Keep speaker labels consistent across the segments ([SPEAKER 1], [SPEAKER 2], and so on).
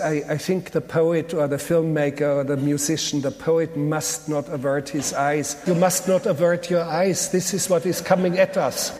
[SPEAKER 1] I, I, think the poet or the filmmaker or the musician, the poet must not avert his eyes. You must not avert your eyes. This is what is coming at us.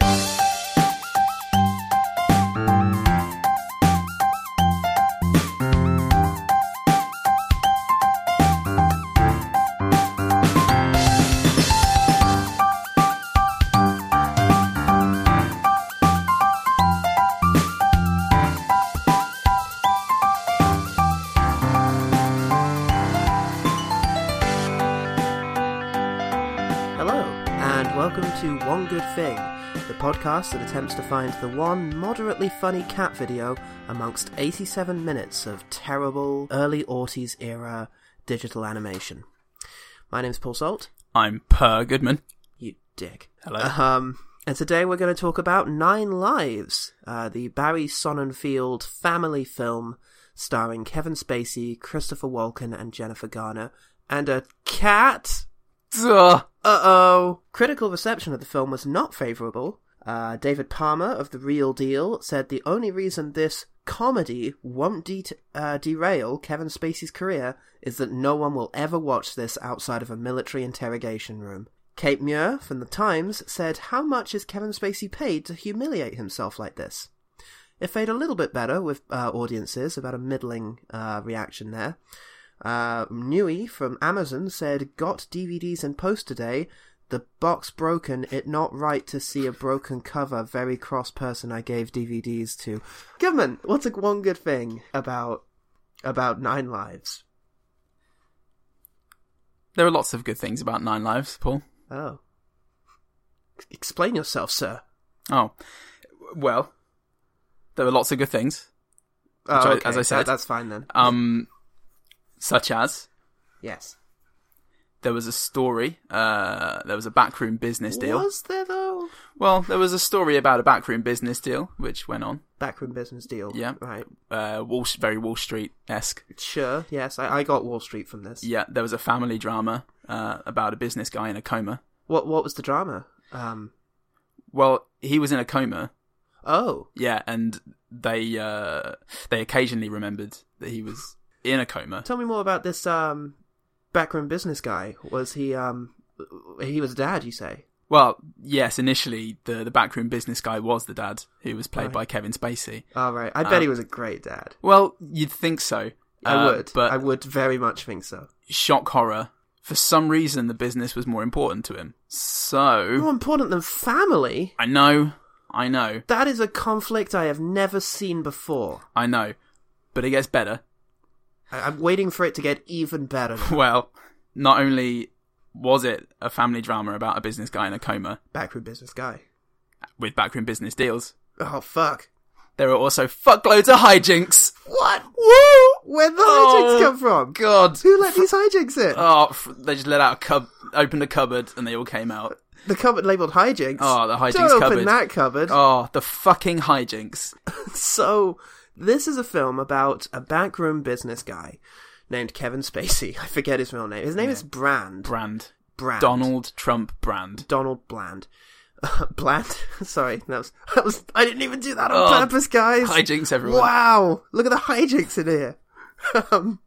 [SPEAKER 2] podcast that attempts to find the one moderately funny cat video amongst 87 minutes of terrible early Aughties era digital animation. My name's Paul Salt.
[SPEAKER 3] I'm Per Goodman.
[SPEAKER 2] You dick.
[SPEAKER 3] Hello.
[SPEAKER 2] Um, and today we're going to talk about Nine Lives, uh, the Barry Sonnenfeld family film starring Kevin Spacey, Christopher Walken, and Jennifer Garner, and a cat.
[SPEAKER 3] Uh
[SPEAKER 2] oh. Critical reception of the film was not favourable, uh, David Palmer of The Real Deal said the only reason this comedy won't de- uh, derail Kevin Spacey's career is that no one will ever watch this outside of a military interrogation room. Kate Muir from The Times said, How much is Kevin Spacey paid to humiliate himself like this? It fared a little bit better with uh, audiences, about a middling uh, reaction there. Uh, Nui from Amazon said, Got DVDs in post today, the box broken, it not right to see a broken cover. Very cross person I gave DVDs to. Goodman, what's a one good thing about about Nine Lives?
[SPEAKER 3] There are lots of good things about Nine Lives, Paul.
[SPEAKER 2] Oh. Explain yourself, sir.
[SPEAKER 3] Oh. Well, there are lots of good things.
[SPEAKER 2] Oh, okay.
[SPEAKER 3] I, as I said,
[SPEAKER 2] that, that's fine then.
[SPEAKER 3] Um such as
[SPEAKER 2] Yes
[SPEAKER 3] there was a story. Uh, there was a backroom business deal.
[SPEAKER 2] Was there though?
[SPEAKER 3] Well, there was a story about a backroom business deal which went on.
[SPEAKER 2] Backroom business deal.
[SPEAKER 3] Yeah.
[SPEAKER 2] Right.
[SPEAKER 3] Uh, Wall, very Wall Street esque.
[SPEAKER 2] Sure. Yes, I, I, got Wall Street from this.
[SPEAKER 3] Yeah. There was a family drama uh, about a business guy in a coma.
[SPEAKER 2] What What was the drama? Um.
[SPEAKER 3] Well, he was in a coma.
[SPEAKER 2] Oh.
[SPEAKER 3] Yeah, and they uh, they occasionally remembered that he was in a coma.
[SPEAKER 2] Tell me more about this um backroom business guy? Was he um he was dad, you say?
[SPEAKER 3] Well, yes, initially the the backroom business guy was the dad who was played
[SPEAKER 2] Right.
[SPEAKER 3] by Kevin Spacey.
[SPEAKER 2] All Oh, right. I bet
[SPEAKER 3] Um,
[SPEAKER 2] he was a great dad.
[SPEAKER 3] Well, you'd think so.
[SPEAKER 2] I
[SPEAKER 3] uh,
[SPEAKER 2] would.
[SPEAKER 3] but
[SPEAKER 2] I would very much think so.
[SPEAKER 3] shock horror. For some reason, the business was more important to him. So
[SPEAKER 2] More important than family?
[SPEAKER 3] I know, I know,
[SPEAKER 2] That is a conflict I have never seen before.
[SPEAKER 3] I know, but it gets better.
[SPEAKER 2] I- I'm waiting for it to get even better.
[SPEAKER 3] Well, not only was it a family drama about a business guy in a coma
[SPEAKER 2] backroom business guy.
[SPEAKER 3] with backroom business deals,
[SPEAKER 2] Oh fuck.
[SPEAKER 3] there are also fuckloads of hijinks.
[SPEAKER 2] What? Woo! Where the hijinks
[SPEAKER 3] Oh,
[SPEAKER 2] come from?
[SPEAKER 3] God.
[SPEAKER 2] Who let these hijinks in?
[SPEAKER 3] Oh, f- they just let out a cub, opened a cupboard, and they all came out.
[SPEAKER 2] the cupboard labeled hijinks.
[SPEAKER 3] Oh, the hijinks
[SPEAKER 2] Don't open
[SPEAKER 3] cupboard.
[SPEAKER 2] that cupboard.
[SPEAKER 3] Oh, the fucking hijinks.
[SPEAKER 2] So, this is a film about a backroom business guy named Kevin Spacey. I forget his real name. His name is Brand.
[SPEAKER 3] Brand.
[SPEAKER 2] Brand.
[SPEAKER 3] Donald Trump Brand.
[SPEAKER 2] Donald Bland. Bland. Sorry, that was, that was. I didn't even do that on
[SPEAKER 3] Oh,
[SPEAKER 2] purpose, guys.
[SPEAKER 3] Hijinks, everyone.
[SPEAKER 2] Wow, look at the hijinks in here. um,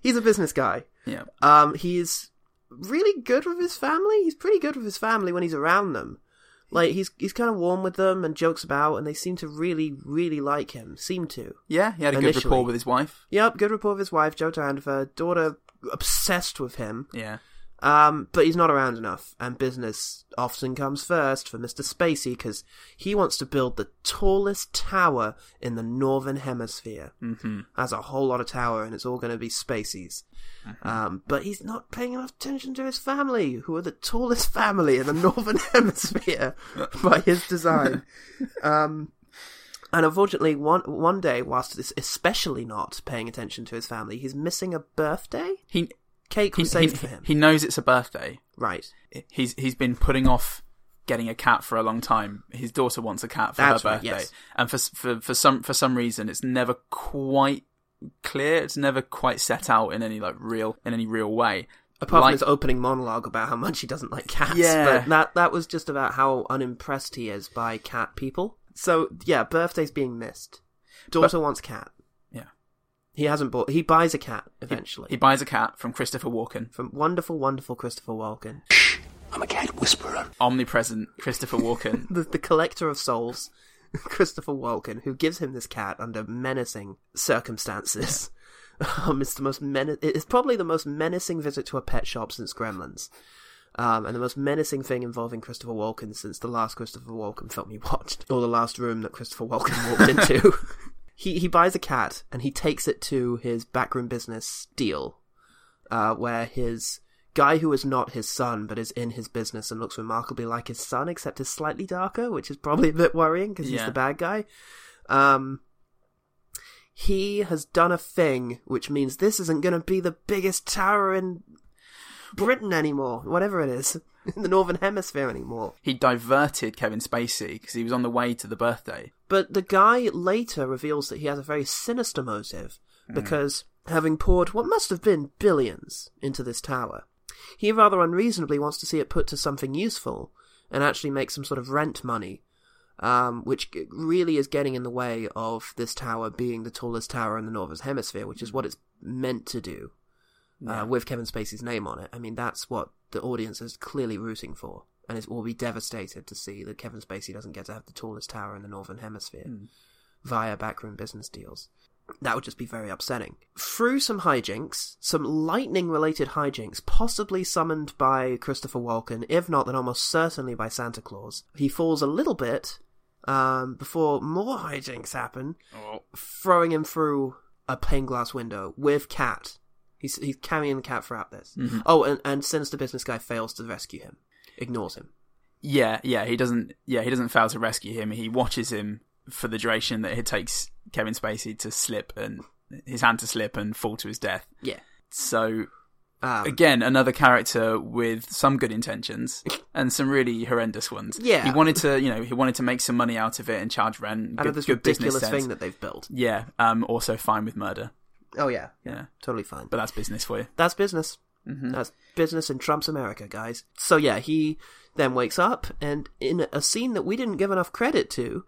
[SPEAKER 2] he's a business guy.
[SPEAKER 3] Yeah.
[SPEAKER 2] Um, he's really good with his family. He's pretty good with his family when he's around them. Like he's he's kind of warm with them and jokes about, and they seem to really really like him. Seem to.
[SPEAKER 3] Yeah, he had a good
[SPEAKER 2] Initially.
[SPEAKER 3] rapport with his wife.
[SPEAKER 2] Yep, good rapport with his wife, Joe Dandifer, daughter obsessed with him.
[SPEAKER 3] Yeah.
[SPEAKER 2] Um, but he's not around enough, and business often comes first for Mr. Spacey because he wants to build the tallest tower in the northern hemisphere. Mm-hmm. That's a whole lot of tower, and it's all going to be Spacey's.
[SPEAKER 3] Mm-hmm.
[SPEAKER 2] Um, but he's not paying enough attention to his family, who are the tallest family in the northern hemisphere by his design. um, and unfortunately, one one day, whilst it's especially not paying attention to his family, he's missing a birthday.
[SPEAKER 3] He
[SPEAKER 2] Cake
[SPEAKER 3] he,
[SPEAKER 2] was
[SPEAKER 3] he,
[SPEAKER 2] saved for him.
[SPEAKER 3] he knows it's a birthday.
[SPEAKER 2] right.
[SPEAKER 3] He's he's been putting off getting a cat for a long time. His daughter wants a cat for
[SPEAKER 2] That's
[SPEAKER 3] her
[SPEAKER 2] right,
[SPEAKER 3] birthday,
[SPEAKER 2] yes.
[SPEAKER 3] and for s- for for some for some reason, it's never quite clear. It's never quite set out in any like real in any real way.
[SPEAKER 2] apart
[SPEAKER 3] Like-
[SPEAKER 2] from his opening monologue about how much he doesn't like cats.
[SPEAKER 3] Yeah.
[SPEAKER 2] But that that was just about how unimpressed he is by cat people. So yeah, birthday's being missed. Daughter wants cat.
[SPEAKER 3] Yeah.
[SPEAKER 2] He hasn't bought. He buys a cat eventually
[SPEAKER 3] He buys a cat from Christopher Walken,
[SPEAKER 2] from wonderful, wonderful Christopher Walken,
[SPEAKER 4] I'm a cat whisperer.
[SPEAKER 3] omnipresent Christopher Walken.
[SPEAKER 2] the, the collector of souls, Christopher Walken, who gives him this cat under menacing circumstances. Um, it's the most mena- It's probably the most menacing visit to a pet shop since Gremlins, um, and the most menacing thing involving Christopher Walken since the last Christopher Walken film he watched, or the last room that Christopher Walken walked into. he he buys a cat and he takes it to his backroom business deal, uh, where his guy who is not his son but is in his business and looks remarkably like his son, except is slightly darker, which is probably a bit worrying because he's
[SPEAKER 3] Yeah.
[SPEAKER 2] the bad guy. Um, he has done a thing, which means this isn't going to be the biggest tower in Britain anymore, whatever it is, in the Northern Hemisphere anymore.
[SPEAKER 3] he diverted Kevin Spacey because he was on the way to the birthday.
[SPEAKER 2] But the guy later reveals that he has a very sinister motive because having poured what must have been billions into this tower, he rather unreasonably wants to see it put to something useful and actually make some sort of rent money, um, which g- really is getting in the way of this tower being the tallest tower in the Northern Hemisphere, which is what it's meant to do uh, with Kevin Spacey's name on it. I mean, that's what the audience is clearly rooting for, and it will be devastated to see that Kevin Spacey doesn't get to have the tallest tower in the Northern Hemisphere via backroom business deals. That would just be very upsetting. Through some hijinks, some lightning related hijinks, possibly summoned by Christopher Walken, if not, then almost certainly by Santa Claus, he falls a little bit um, before more hijinks happen, throwing him through a pane glass window with Cat. He's, he's carrying the cat throughout this.
[SPEAKER 3] Mm-hmm.
[SPEAKER 2] Oh, and, and Sinister Business Guy fails to rescue him, ignores him.
[SPEAKER 3] Yeah, yeah, he doesn't. Yeah, he doesn't fail to rescue him. He watches him for the duration that it takes Kevin Spacey to slip and his hand to slip and fall to his death.
[SPEAKER 2] Yeah.
[SPEAKER 3] So
[SPEAKER 2] Um,
[SPEAKER 3] again, another character with some good intentions and some really horrendous ones.
[SPEAKER 2] Yeah.
[SPEAKER 3] he wanted to, you know, he wanted to make some money out of it and charge rent.
[SPEAKER 2] out
[SPEAKER 3] good,
[SPEAKER 2] of this
[SPEAKER 3] good business
[SPEAKER 2] ridiculous
[SPEAKER 3] sense.
[SPEAKER 2] thing that they've built.
[SPEAKER 3] yeah, um, also fine with murder.
[SPEAKER 2] Oh, yeah.
[SPEAKER 3] Yeah,
[SPEAKER 2] Totally fine.
[SPEAKER 3] but Mm-hmm. that's business for you.
[SPEAKER 2] That's business. That's business in Trump's America, guys. So yeah, he then wakes up, and in a scene that we didn't give enough credit to,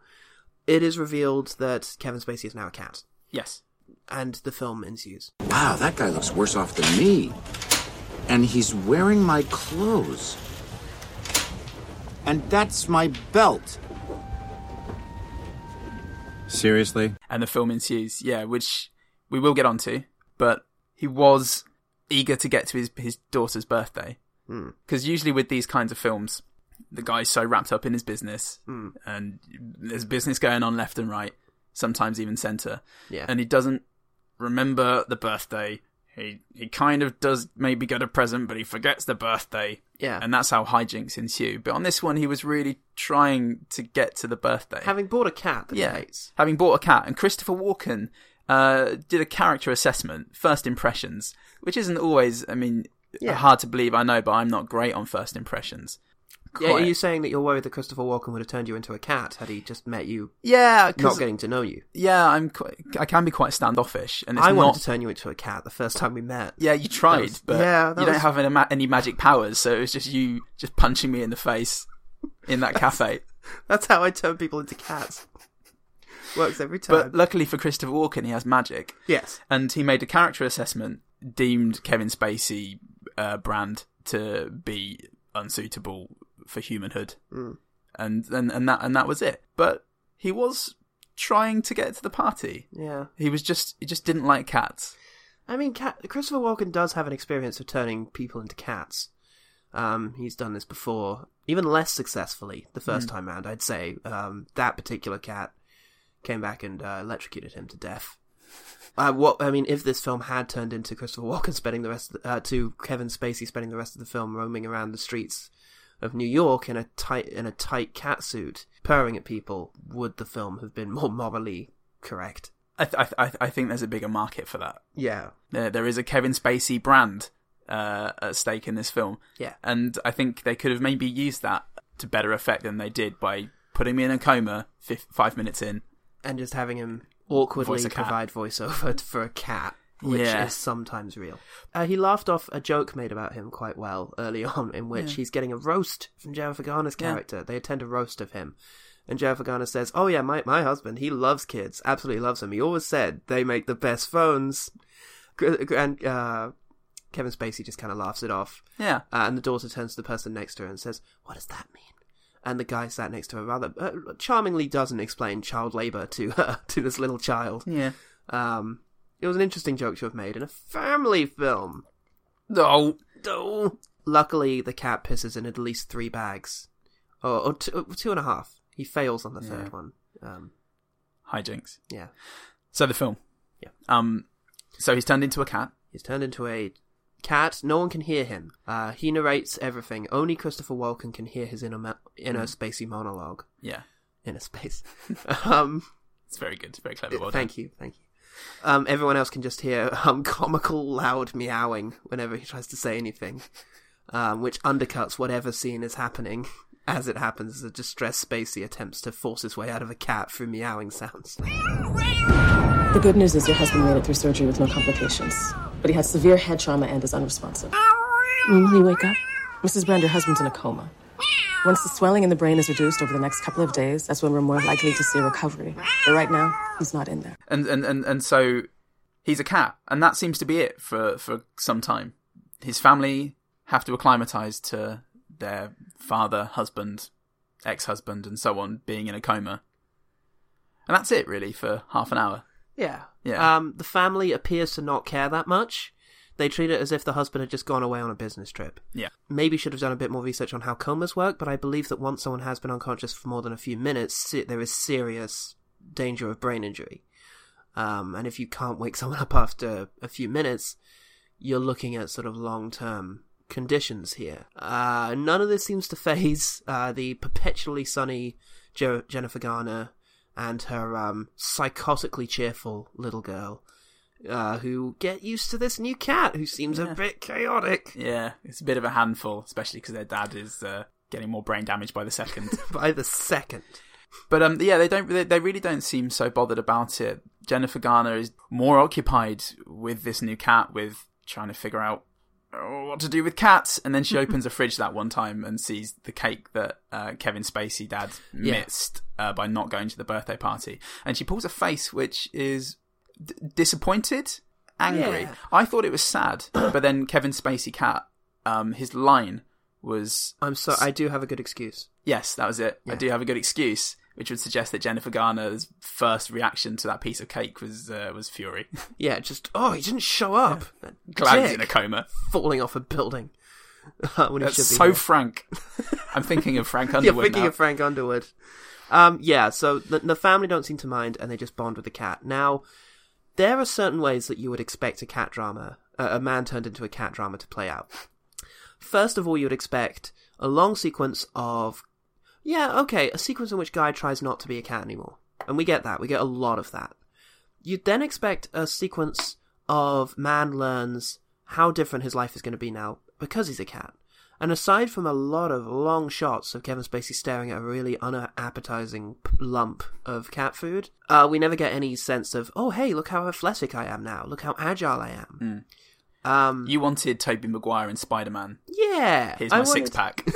[SPEAKER 2] it is revealed that Kevin Spacey is now a cat,
[SPEAKER 3] Yes.
[SPEAKER 2] and the film ensues.
[SPEAKER 4] Wow, that guy looks worse off than me. And he's wearing my clothes. And that's my belt. Seriously?
[SPEAKER 3] and the film ensues. Yeah, which we will get onto, but he was eager to get to his his daughter's birthday
[SPEAKER 2] Hmm.
[SPEAKER 3] because usually with these kinds of films, the guy's so wrapped up in his business
[SPEAKER 2] Hmm.
[SPEAKER 3] and there's business going on left and right, sometimes even center,
[SPEAKER 2] Yeah.
[SPEAKER 3] and he doesn't remember the birthday. He he kind of does maybe get a present, but he forgets the birthday.
[SPEAKER 2] Yeah.
[SPEAKER 3] and that's how hijinks ensue. But on this one, he was really trying to get to the birthday
[SPEAKER 2] Having bought a cat that he hates,
[SPEAKER 3] having bought a cat, and Christopher Walken uh, did a character assessment, first impressions, which isn't always, I mean,
[SPEAKER 2] Yeah.
[SPEAKER 3] hard to believe. I know, but I'm not great on first impressions.
[SPEAKER 2] yeah, are
[SPEAKER 3] Quite.
[SPEAKER 2] you saying that you're worried that Christopher Walken would have turned you into a cat had he just met you,
[SPEAKER 3] yeah, 'cause-
[SPEAKER 2] not getting to know you?
[SPEAKER 3] yeah, I'm quite, I can be quite standoffish, and it's
[SPEAKER 2] I wanted
[SPEAKER 3] not.
[SPEAKER 2] to turn you into a cat the first time we met.
[SPEAKER 3] yeah, you tried,
[SPEAKER 2] was-
[SPEAKER 3] but
[SPEAKER 2] yeah,
[SPEAKER 3] you
[SPEAKER 2] that
[SPEAKER 3] don't
[SPEAKER 2] was-
[SPEAKER 3] have any, ma- any magic powers, so it was just you just punching me in the face in that cafe.
[SPEAKER 2] That's how I turn people into cats. Works every time.
[SPEAKER 3] But luckily for Christopher Walken, he has magic.
[SPEAKER 2] yes.
[SPEAKER 3] and he made a character assessment, deemed Kevin Spacey uh, brand to be unsuitable for humanhood, and, and and that and that was it. But he was trying to get to the party.
[SPEAKER 2] Yeah.
[SPEAKER 3] He was just he just didn't like cats.
[SPEAKER 2] I mean, cat- Christopher Walken does have an experience of turning people into cats. Um, he's done this before, even less successfully the first time round. I'd say um, that particular cat came back and uh, electrocuted him to death. Uh, what I mean, if this film had turned into Christopher Walken spending the rest of the, uh, to Kevin Spacey spending the rest of the film roaming around the streets of New York in a tight in a tight cat suit, purring at people, would the film have been more morally correct?
[SPEAKER 3] I th- I th- I, th- I think there's a bigger market for that.
[SPEAKER 2] Yeah,
[SPEAKER 3] There, there is a Kevin Spacey brand uh, at stake in this film,
[SPEAKER 2] yeah.
[SPEAKER 3] and I think they could have maybe used that to better effect than they did by putting me in a coma fif- five minutes in.
[SPEAKER 2] and just having him awkwardly
[SPEAKER 3] Voice a cat.
[SPEAKER 2] provide voiceover for a cat, which
[SPEAKER 3] Yeah.
[SPEAKER 2] is sometimes real. Uh, he laughed off a joke made about him quite well early on, in which he's getting a roast from Jennifer Garner's character. They attend a roast of him. And Joe Garner says, Oh, yeah, my, my husband, he loves kids, absolutely loves them. He always said they make the best phones. Gr- gr- And uh, Kevin Spacey just kind of laughs it off.
[SPEAKER 3] Yeah.
[SPEAKER 2] Uh, and the daughter turns to the person next to her and says, What does that mean? And the guy sat next to her rather uh, charmingly doesn't explain child labor to her, to this little child.
[SPEAKER 3] Yeah.
[SPEAKER 2] Um, it was an interesting joke to have made in a family film.
[SPEAKER 3] No.
[SPEAKER 2] Oh. Luckily, the cat pisses in at least three bags, or, or two, uh, two and a half. He fails on the
[SPEAKER 3] Yeah.
[SPEAKER 2] third one. Um,
[SPEAKER 3] Hijinks.
[SPEAKER 2] yeah,
[SPEAKER 3] So the film.
[SPEAKER 2] Yeah.
[SPEAKER 3] Um. So he's turned into a cat.
[SPEAKER 2] he's turned into a cat. No one can hear him. Uh, he narrates everything. Only Christopher Walken can hear his inner ma- inner spacey monologue.
[SPEAKER 3] Yeah.
[SPEAKER 2] Inner space. um,
[SPEAKER 3] It's very good. It's very clever. Well
[SPEAKER 2] thank you, thank you. Um, everyone else can just hear um, comical, loud meowing whenever he tries to say anything, um, which undercuts whatever scene is happening. As it happens, as a distressed Spacey attempts to force his way out of a cat through meowing sounds.
[SPEAKER 5] The good news is your husband made it through surgery with no complications, but he had severe head trauma and is unresponsive. When will he wake up? Mrs. Brand, your husband's in a coma. Once the swelling in the brain is reduced over the next couple of days, that's when we're more likely to see a recovery. But right now, he's not in there.
[SPEAKER 3] and and and and so he's a cat, and that seems to be it for for some time. His family have to acclimatize to their father, husband, ex-husband, and so on being in a coma, and that's it really for half an hour.
[SPEAKER 2] Yeah.
[SPEAKER 3] Yeah.
[SPEAKER 2] Um, the family appears to not care that much. They treat it as if the husband had just gone away on a business trip.
[SPEAKER 3] Yeah,
[SPEAKER 2] Maybe should have done a bit more research on how comas work, but I believe that once someone has been unconscious for more than a few minutes, se- there is serious danger of brain injury. Um, and if you can't wake someone up after a few minutes, you're looking at sort of long term conditions here. Uh, none of this seems to phase uh, the perpetually sunny jo- Jennifer Garner and her um, psychotically cheerful little girl, uh, who get used to this new cat who seems a bit chaotic.
[SPEAKER 3] yeah, it's a bit of a handful, especially because their dad is uh, getting more brain damage by the second.
[SPEAKER 2] by the second.
[SPEAKER 3] But um, yeah, they don't. They, they really don't seem so bothered about it. Jennifer Garner is more occupied with this new cat, with trying to figure out oh, what to do with cats. And then she opens a fridge that one time and sees the cake that uh, Kevin Spacey dad
[SPEAKER 2] Yeah.
[SPEAKER 3] missed uh, by not going to the birthday party. And she pulls a face which is d- disappointed, angry.
[SPEAKER 2] Yeah.
[SPEAKER 3] I thought it was sad, but then Kevin Spacey cat, um, his line was
[SPEAKER 2] I'm so I do have a good excuse.
[SPEAKER 3] Yes, that was it. I
[SPEAKER 2] Yeah.
[SPEAKER 3] do have a good excuse, which would suggest that Jennifer Garner's first reaction to that piece of cake was uh, was fury.
[SPEAKER 2] Yeah, just oh, he didn't show up. That
[SPEAKER 3] Glad he's
[SPEAKER 2] dick
[SPEAKER 3] in a coma.
[SPEAKER 2] falling off a building. when he
[SPEAKER 3] That's
[SPEAKER 2] should be
[SPEAKER 3] so
[SPEAKER 2] there.
[SPEAKER 3] frank. I'm thinking of Frank Underwood
[SPEAKER 2] You're thinking
[SPEAKER 3] now.
[SPEAKER 2] of Frank Underwood. Um, yeah, so the, the family don't seem to mind, and they just bond with the cat. Now, there are certain ways that you would expect a cat drama, uh, a man turned into a cat drama, to play out. First of all, you would expect a long sequence of, yeah, okay, a sequence in which guy tries not to be a cat anymore, and we get that. We get a lot of that. You'd then expect a sequence of man learns how different his life is going to be now because he's a cat. And aside from a lot of long shots of Kevin Spacey staring at a really unappetizing p- lump of cat food, uh, we never get any sense of, oh, hey, look how athletic I am now. Look how agile I am.
[SPEAKER 3] Hmm.
[SPEAKER 2] Um,
[SPEAKER 3] You wanted Toby Maguire in Spider Man.
[SPEAKER 2] yeah.
[SPEAKER 3] Here's
[SPEAKER 2] I
[SPEAKER 3] my
[SPEAKER 2] wanted-
[SPEAKER 3] six pack.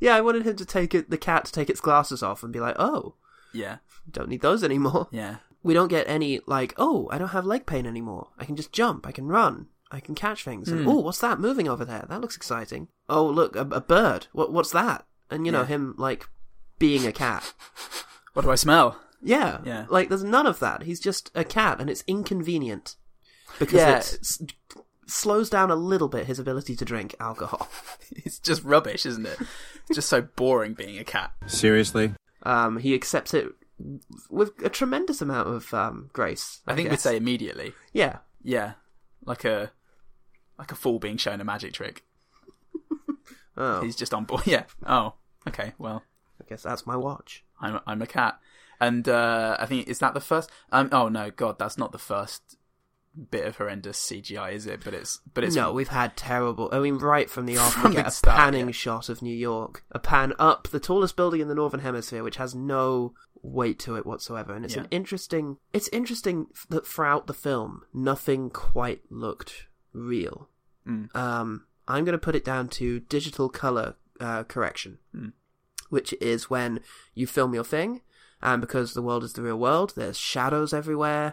[SPEAKER 2] Yeah, I wanted him to take it, the cat to take its glasses off and be like, oh,
[SPEAKER 3] yeah,
[SPEAKER 2] don't need those anymore.
[SPEAKER 3] yeah.
[SPEAKER 2] we don't get any like oh i don't have leg pain anymore i can just jump i can run i can catch things
[SPEAKER 3] Hmm.
[SPEAKER 2] and oh what's that moving over there that looks exciting oh look a, a bird what, what's that and you know
[SPEAKER 3] Yeah.
[SPEAKER 2] him like being a cat
[SPEAKER 3] What do I smell?
[SPEAKER 2] yeah
[SPEAKER 3] Yeah.
[SPEAKER 2] like there's none of that he's just a cat and it's inconvenient because
[SPEAKER 3] Yeah.
[SPEAKER 2] it s- slows down a little bit his ability to drink alcohol
[SPEAKER 3] It's just rubbish, isn't it? It's just so boring being a cat.
[SPEAKER 4] Seriously?
[SPEAKER 2] um, he accepts it w- with a tremendous amount of um, grace
[SPEAKER 3] I think we'd
[SPEAKER 2] guess.
[SPEAKER 3] say immediately.
[SPEAKER 2] yeah
[SPEAKER 3] Yeah, like a like a fool being shown a magic trick.
[SPEAKER 2] oh
[SPEAKER 3] He's just on board. Yeah. Oh, okay. Well,
[SPEAKER 2] i guess that's my watch
[SPEAKER 3] I'm I'm a cat, and uh, I think is that the first. Um, oh no, God, that's not the first bit of horrendous CGI, is it? But it's but it's
[SPEAKER 2] no, we've had terrible. I mean, right from the off,
[SPEAKER 3] From
[SPEAKER 2] we
[SPEAKER 3] the
[SPEAKER 2] get a
[SPEAKER 3] start,
[SPEAKER 2] panning
[SPEAKER 3] yeah.
[SPEAKER 2] shot of New York, a pan up the tallest building in the northern hemisphere, which has no weight to it whatsoever, and it's
[SPEAKER 3] Yeah.
[SPEAKER 2] an interesting. It's interesting f- that throughout the film, nothing quite looked real.
[SPEAKER 3] Mm.
[SPEAKER 2] Um, I'm going to put it down to digital color uh, correction. which is when you film your thing, and because the world is the real world, there's shadows everywhere.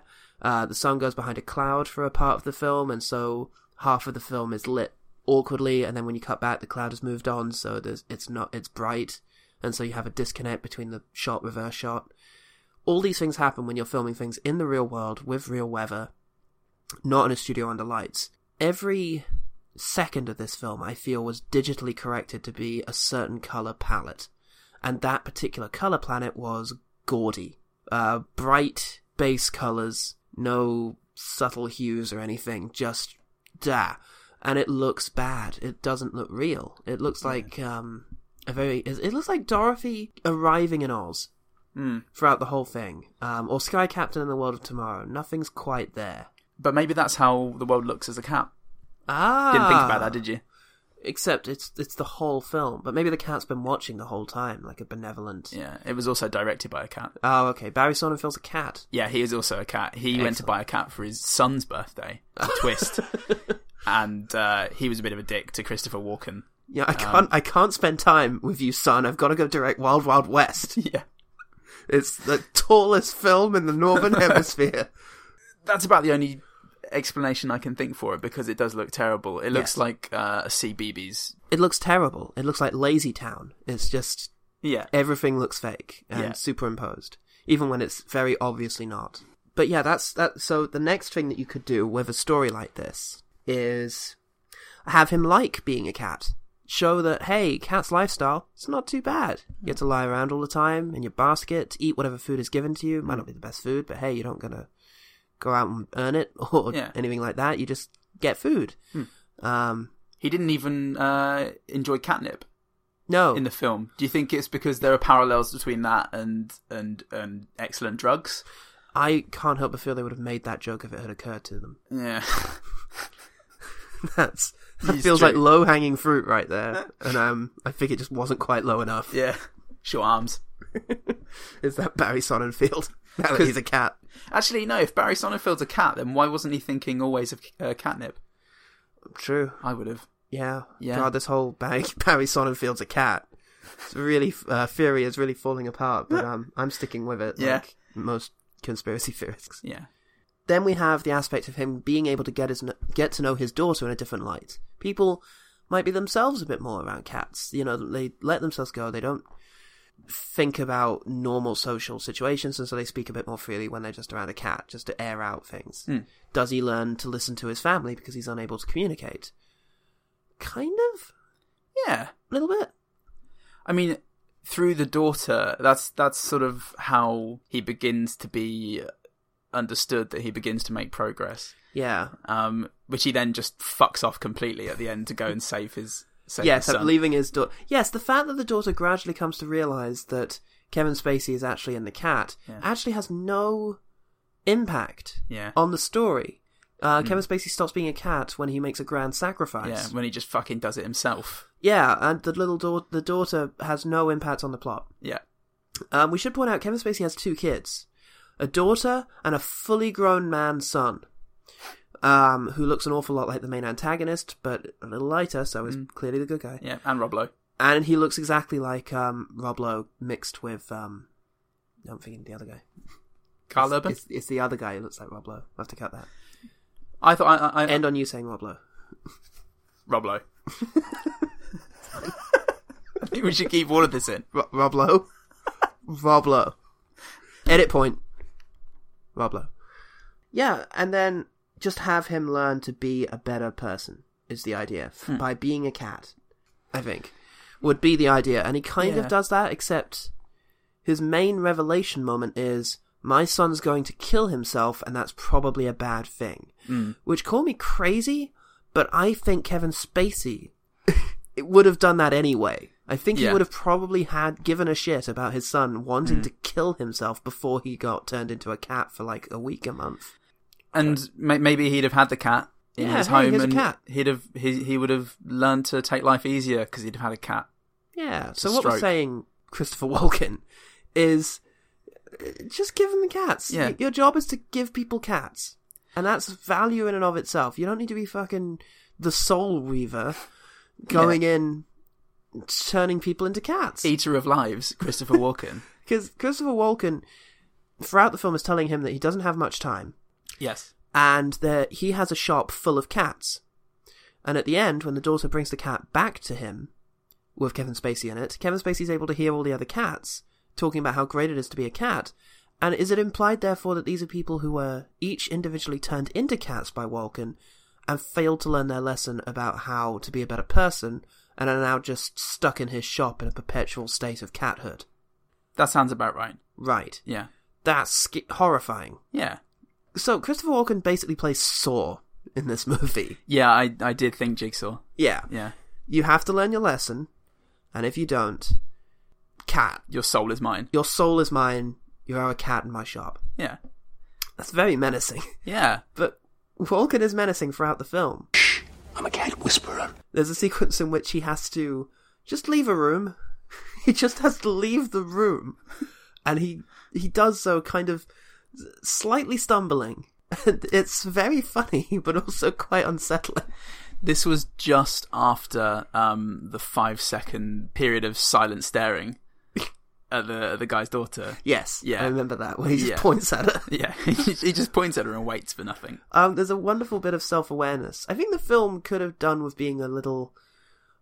[SPEAKER 2] Uh, the sun goes behind a cloud for a part of the film, and so half of the film is lit awkwardly, and then when you cut back, the cloud has moved on, so there's, it's not it's bright, and so you have a disconnect between the shot, reverse shot. All these things happen when you're filming things in the real world with real weather, not in a studio under lights. Every second of this film, I feel, was digitally corrected to be a certain color palette. And that particular color planet was gaudy. Uh, bright base colors, no subtle hues or anything, just da. And it looks bad. It doesn't look real. It looks like um, a very. It it looks like Dorothy arriving in Oz
[SPEAKER 3] Hmm.
[SPEAKER 2] throughout the whole thing, um, or Sky Captain in the World of Tomorrow. Nothing's quite there.
[SPEAKER 3] But maybe that's how the world looks as a cat.
[SPEAKER 2] Ah,
[SPEAKER 3] Didn't think about that, did you?
[SPEAKER 2] Except it's it's the whole film, but maybe the cat's been watching the whole time, like a benevolent.
[SPEAKER 3] Yeah, it was also directed by a cat.
[SPEAKER 2] Oh, okay. Barry Sonnenfeld's a cat.
[SPEAKER 3] Yeah, he is also a cat. He went to buy a cat for his son's birthday. It's a twist. and uh, he was a bit of a dick to Christopher Walken.
[SPEAKER 2] Yeah, I can't I can't spend time with you, son. I've got to go direct Wild Wild West.
[SPEAKER 3] Yeah.
[SPEAKER 2] It's the tallest film in the northern hemisphere.
[SPEAKER 3] That's about the only explanation I can think for it because it does look terrible. It looks
[SPEAKER 2] Yes.
[SPEAKER 3] like uh, a CBeebies.
[SPEAKER 2] It looks terrible. It looks like Lazy Town. It's just
[SPEAKER 3] Yeah.
[SPEAKER 2] everything looks fake and
[SPEAKER 3] Yeah.
[SPEAKER 2] superimposed, even when it's very obviously not. But yeah, that's that. So the next thing that you could do with a story like this is have him like being a cat. Show that hey, cat's lifestyle it's not too bad. You get to lie around all the time in your basket, eat whatever food is given to you. Might not be the best food, but hey, you're not gonna go out and earn it or
[SPEAKER 3] Yeah.
[SPEAKER 2] anything like that. You just get food. Um,
[SPEAKER 3] He didn't even uh, enjoy catnip
[SPEAKER 2] no,
[SPEAKER 3] in the film. Do you think it's because there are parallels between that and and and excellent drugs?
[SPEAKER 2] I can't help but feel they would have made that joke if it had occurred to them.
[SPEAKER 3] Yeah.
[SPEAKER 2] That's that
[SPEAKER 3] It's
[SPEAKER 2] feels
[SPEAKER 3] true.
[SPEAKER 2] like low hanging fruit right there, and um, I think it just wasn't quite low enough.
[SPEAKER 3] yeah. Short arms.
[SPEAKER 2] Is that Barry Sonnenfeld? Now that he's a cat.
[SPEAKER 3] Actually, no. If Barry Sonnenfeld's a cat, then why wasn't he thinking always of uh, catnip?
[SPEAKER 2] True.
[SPEAKER 3] I would have.
[SPEAKER 2] Yeah.
[SPEAKER 3] Yeah.
[SPEAKER 2] God, this whole Barry, Barry Sonnenfeld's a cat. It's really uh, theory is really falling apart, but um, I'm sticking with it.
[SPEAKER 3] Yeah.
[SPEAKER 2] Like most conspiracy theorists.
[SPEAKER 3] Yeah.
[SPEAKER 2] Then we have the aspect of him being able to get his get to know his daughter in a different light. People might be themselves a bit more around cats. You know, they let themselves go. They don't think about normal social situations, and so they speak a bit more freely when they're just around a cat, just to air out things. Does he learn to listen to his family because he's unable to communicate? Kind of,
[SPEAKER 3] Yeah.
[SPEAKER 2] a little bit.
[SPEAKER 3] I mean, through the daughter, that's that's sort of how he begins to be understood that he begins to make progress.
[SPEAKER 2] Yeah.
[SPEAKER 3] Um, which he then just fucks off completely at the end to go and save his. Save
[SPEAKER 2] yes,
[SPEAKER 3] his son.
[SPEAKER 2] I'm leaving his daughter. Yes, the fact that the daughter gradually comes to realize that Kevin Spacey is actually in the cat
[SPEAKER 3] Yeah.
[SPEAKER 2] actually has no impact
[SPEAKER 3] Yeah. Hmm.
[SPEAKER 2] on the story. Uh, Kevin Spacey stops being a cat when he makes a grand
[SPEAKER 3] Yeah,
[SPEAKER 2] sacrifice.
[SPEAKER 3] when he just fucking does it himself.
[SPEAKER 2] Yeah, and the little da- the daughter has no impact on the plot.
[SPEAKER 3] Yeah,
[SPEAKER 2] Um, we should point out Kevin Spacey has two kids, a daughter and a fully grown man son, um, who looks an awful lot like the main antagonist, but a little lighter, so
[SPEAKER 3] Hmm.
[SPEAKER 2] is clearly the good guy.
[SPEAKER 3] yeah, and Rob Lowe.
[SPEAKER 2] and he looks exactly like um, Rob Lowe mixed with. Um, no, I'm thinking the other guy.
[SPEAKER 3] Carl
[SPEAKER 2] It's-
[SPEAKER 3] Urban.
[SPEAKER 2] It's, it's the other guy who looks like Rob Lowe. I'll have to cut that.
[SPEAKER 3] I thought I, I, I
[SPEAKER 2] End on you saying Rob Lowe.
[SPEAKER 3] Rob Lowe. I think we should keep all of this in.
[SPEAKER 2] Ro- Rob Lowe? Rob Lowe. Edit point. Rob Lowe. Yeah, and then just have him learn to be a better person is the idea f- by being a cat. I think would be the idea, and he kind of
[SPEAKER 3] Yeah.
[SPEAKER 2] does that. Except his main revelation moment is my son's going to kill himself, and that's probably a bad thing. Which call me crazy, but I think Kevin Spacey it would have done that anyway. I think he
[SPEAKER 3] Yeah. Hmm.
[SPEAKER 2] would have probably had given a shit about his son wanting to kill himself before he got turned into a cat for like a week, a month.
[SPEAKER 3] And may, maybe he'd have had the cat in
[SPEAKER 2] Yeah,
[SPEAKER 3] his
[SPEAKER 2] hey,
[SPEAKER 3] home,
[SPEAKER 2] here's a
[SPEAKER 3] and
[SPEAKER 2] cat.
[SPEAKER 3] he'd have he he would have learned to take life easier because he'd have had a cat.
[SPEAKER 2] Yeah.
[SPEAKER 3] a
[SPEAKER 2] So what we're
[SPEAKER 3] stroke.
[SPEAKER 2] saying, Christopher Walken, is uh, just give them the cats.
[SPEAKER 3] Yeah.
[SPEAKER 2] Y- Your job is to give people cats, and that's value in and of itself. You don't need to be fucking the Soul Weaver going in turning people into cats.
[SPEAKER 3] Eater of lives, Christopher Walken.
[SPEAKER 2] Because Christopher Walken, throughout the film, is telling him that he doesn't have much time,
[SPEAKER 3] yes.
[SPEAKER 2] and that he has a shop full of cats. And at the end, when the daughter brings the cat back to him, with Kevin Spacey in it, Kevin Spacey's able to hear all the other cats talking about how great it is to be a cat. And is it implied, therefore, that these are people who were each individually turned into cats by Walken and failed to learn their lesson about how to be a better person and are now just stuck in his shop in a perpetual state of cathood?
[SPEAKER 3] That sounds about right.
[SPEAKER 2] Right.
[SPEAKER 3] Yeah.
[SPEAKER 2] That's sc- horrifying.
[SPEAKER 3] Yeah.
[SPEAKER 2] So Christopher Walken basically plays Saw in this movie.
[SPEAKER 3] Yeah, I, I did think Jigsaw.
[SPEAKER 2] Yeah.
[SPEAKER 3] Yeah.
[SPEAKER 2] You have to learn your lesson, and if you don't, cat.
[SPEAKER 3] Your soul is mine.
[SPEAKER 2] Your soul is mine, you are a cat in my shop.
[SPEAKER 3] Yeah.
[SPEAKER 2] That's very menacing.
[SPEAKER 3] Yeah.
[SPEAKER 2] But Walken is menacing throughout the film.
[SPEAKER 4] I'm a cat whisperer.
[SPEAKER 2] There's a sequence in which he has to just leave a room. He just has to leave the room. And he he does so kind of slightly stumbling. And it's very funny, but also quite unsettling.
[SPEAKER 3] This was just after um, the five second period of silent staring at the at the guy's daughter.
[SPEAKER 2] Yes,
[SPEAKER 3] Yeah.
[SPEAKER 2] I remember that where he just
[SPEAKER 3] Yeah.
[SPEAKER 2] points at her.
[SPEAKER 3] Yeah, he just- he just points at her and waits for nothing.
[SPEAKER 2] Um, there's a wonderful bit of self awareness. I think the film could have done with being a little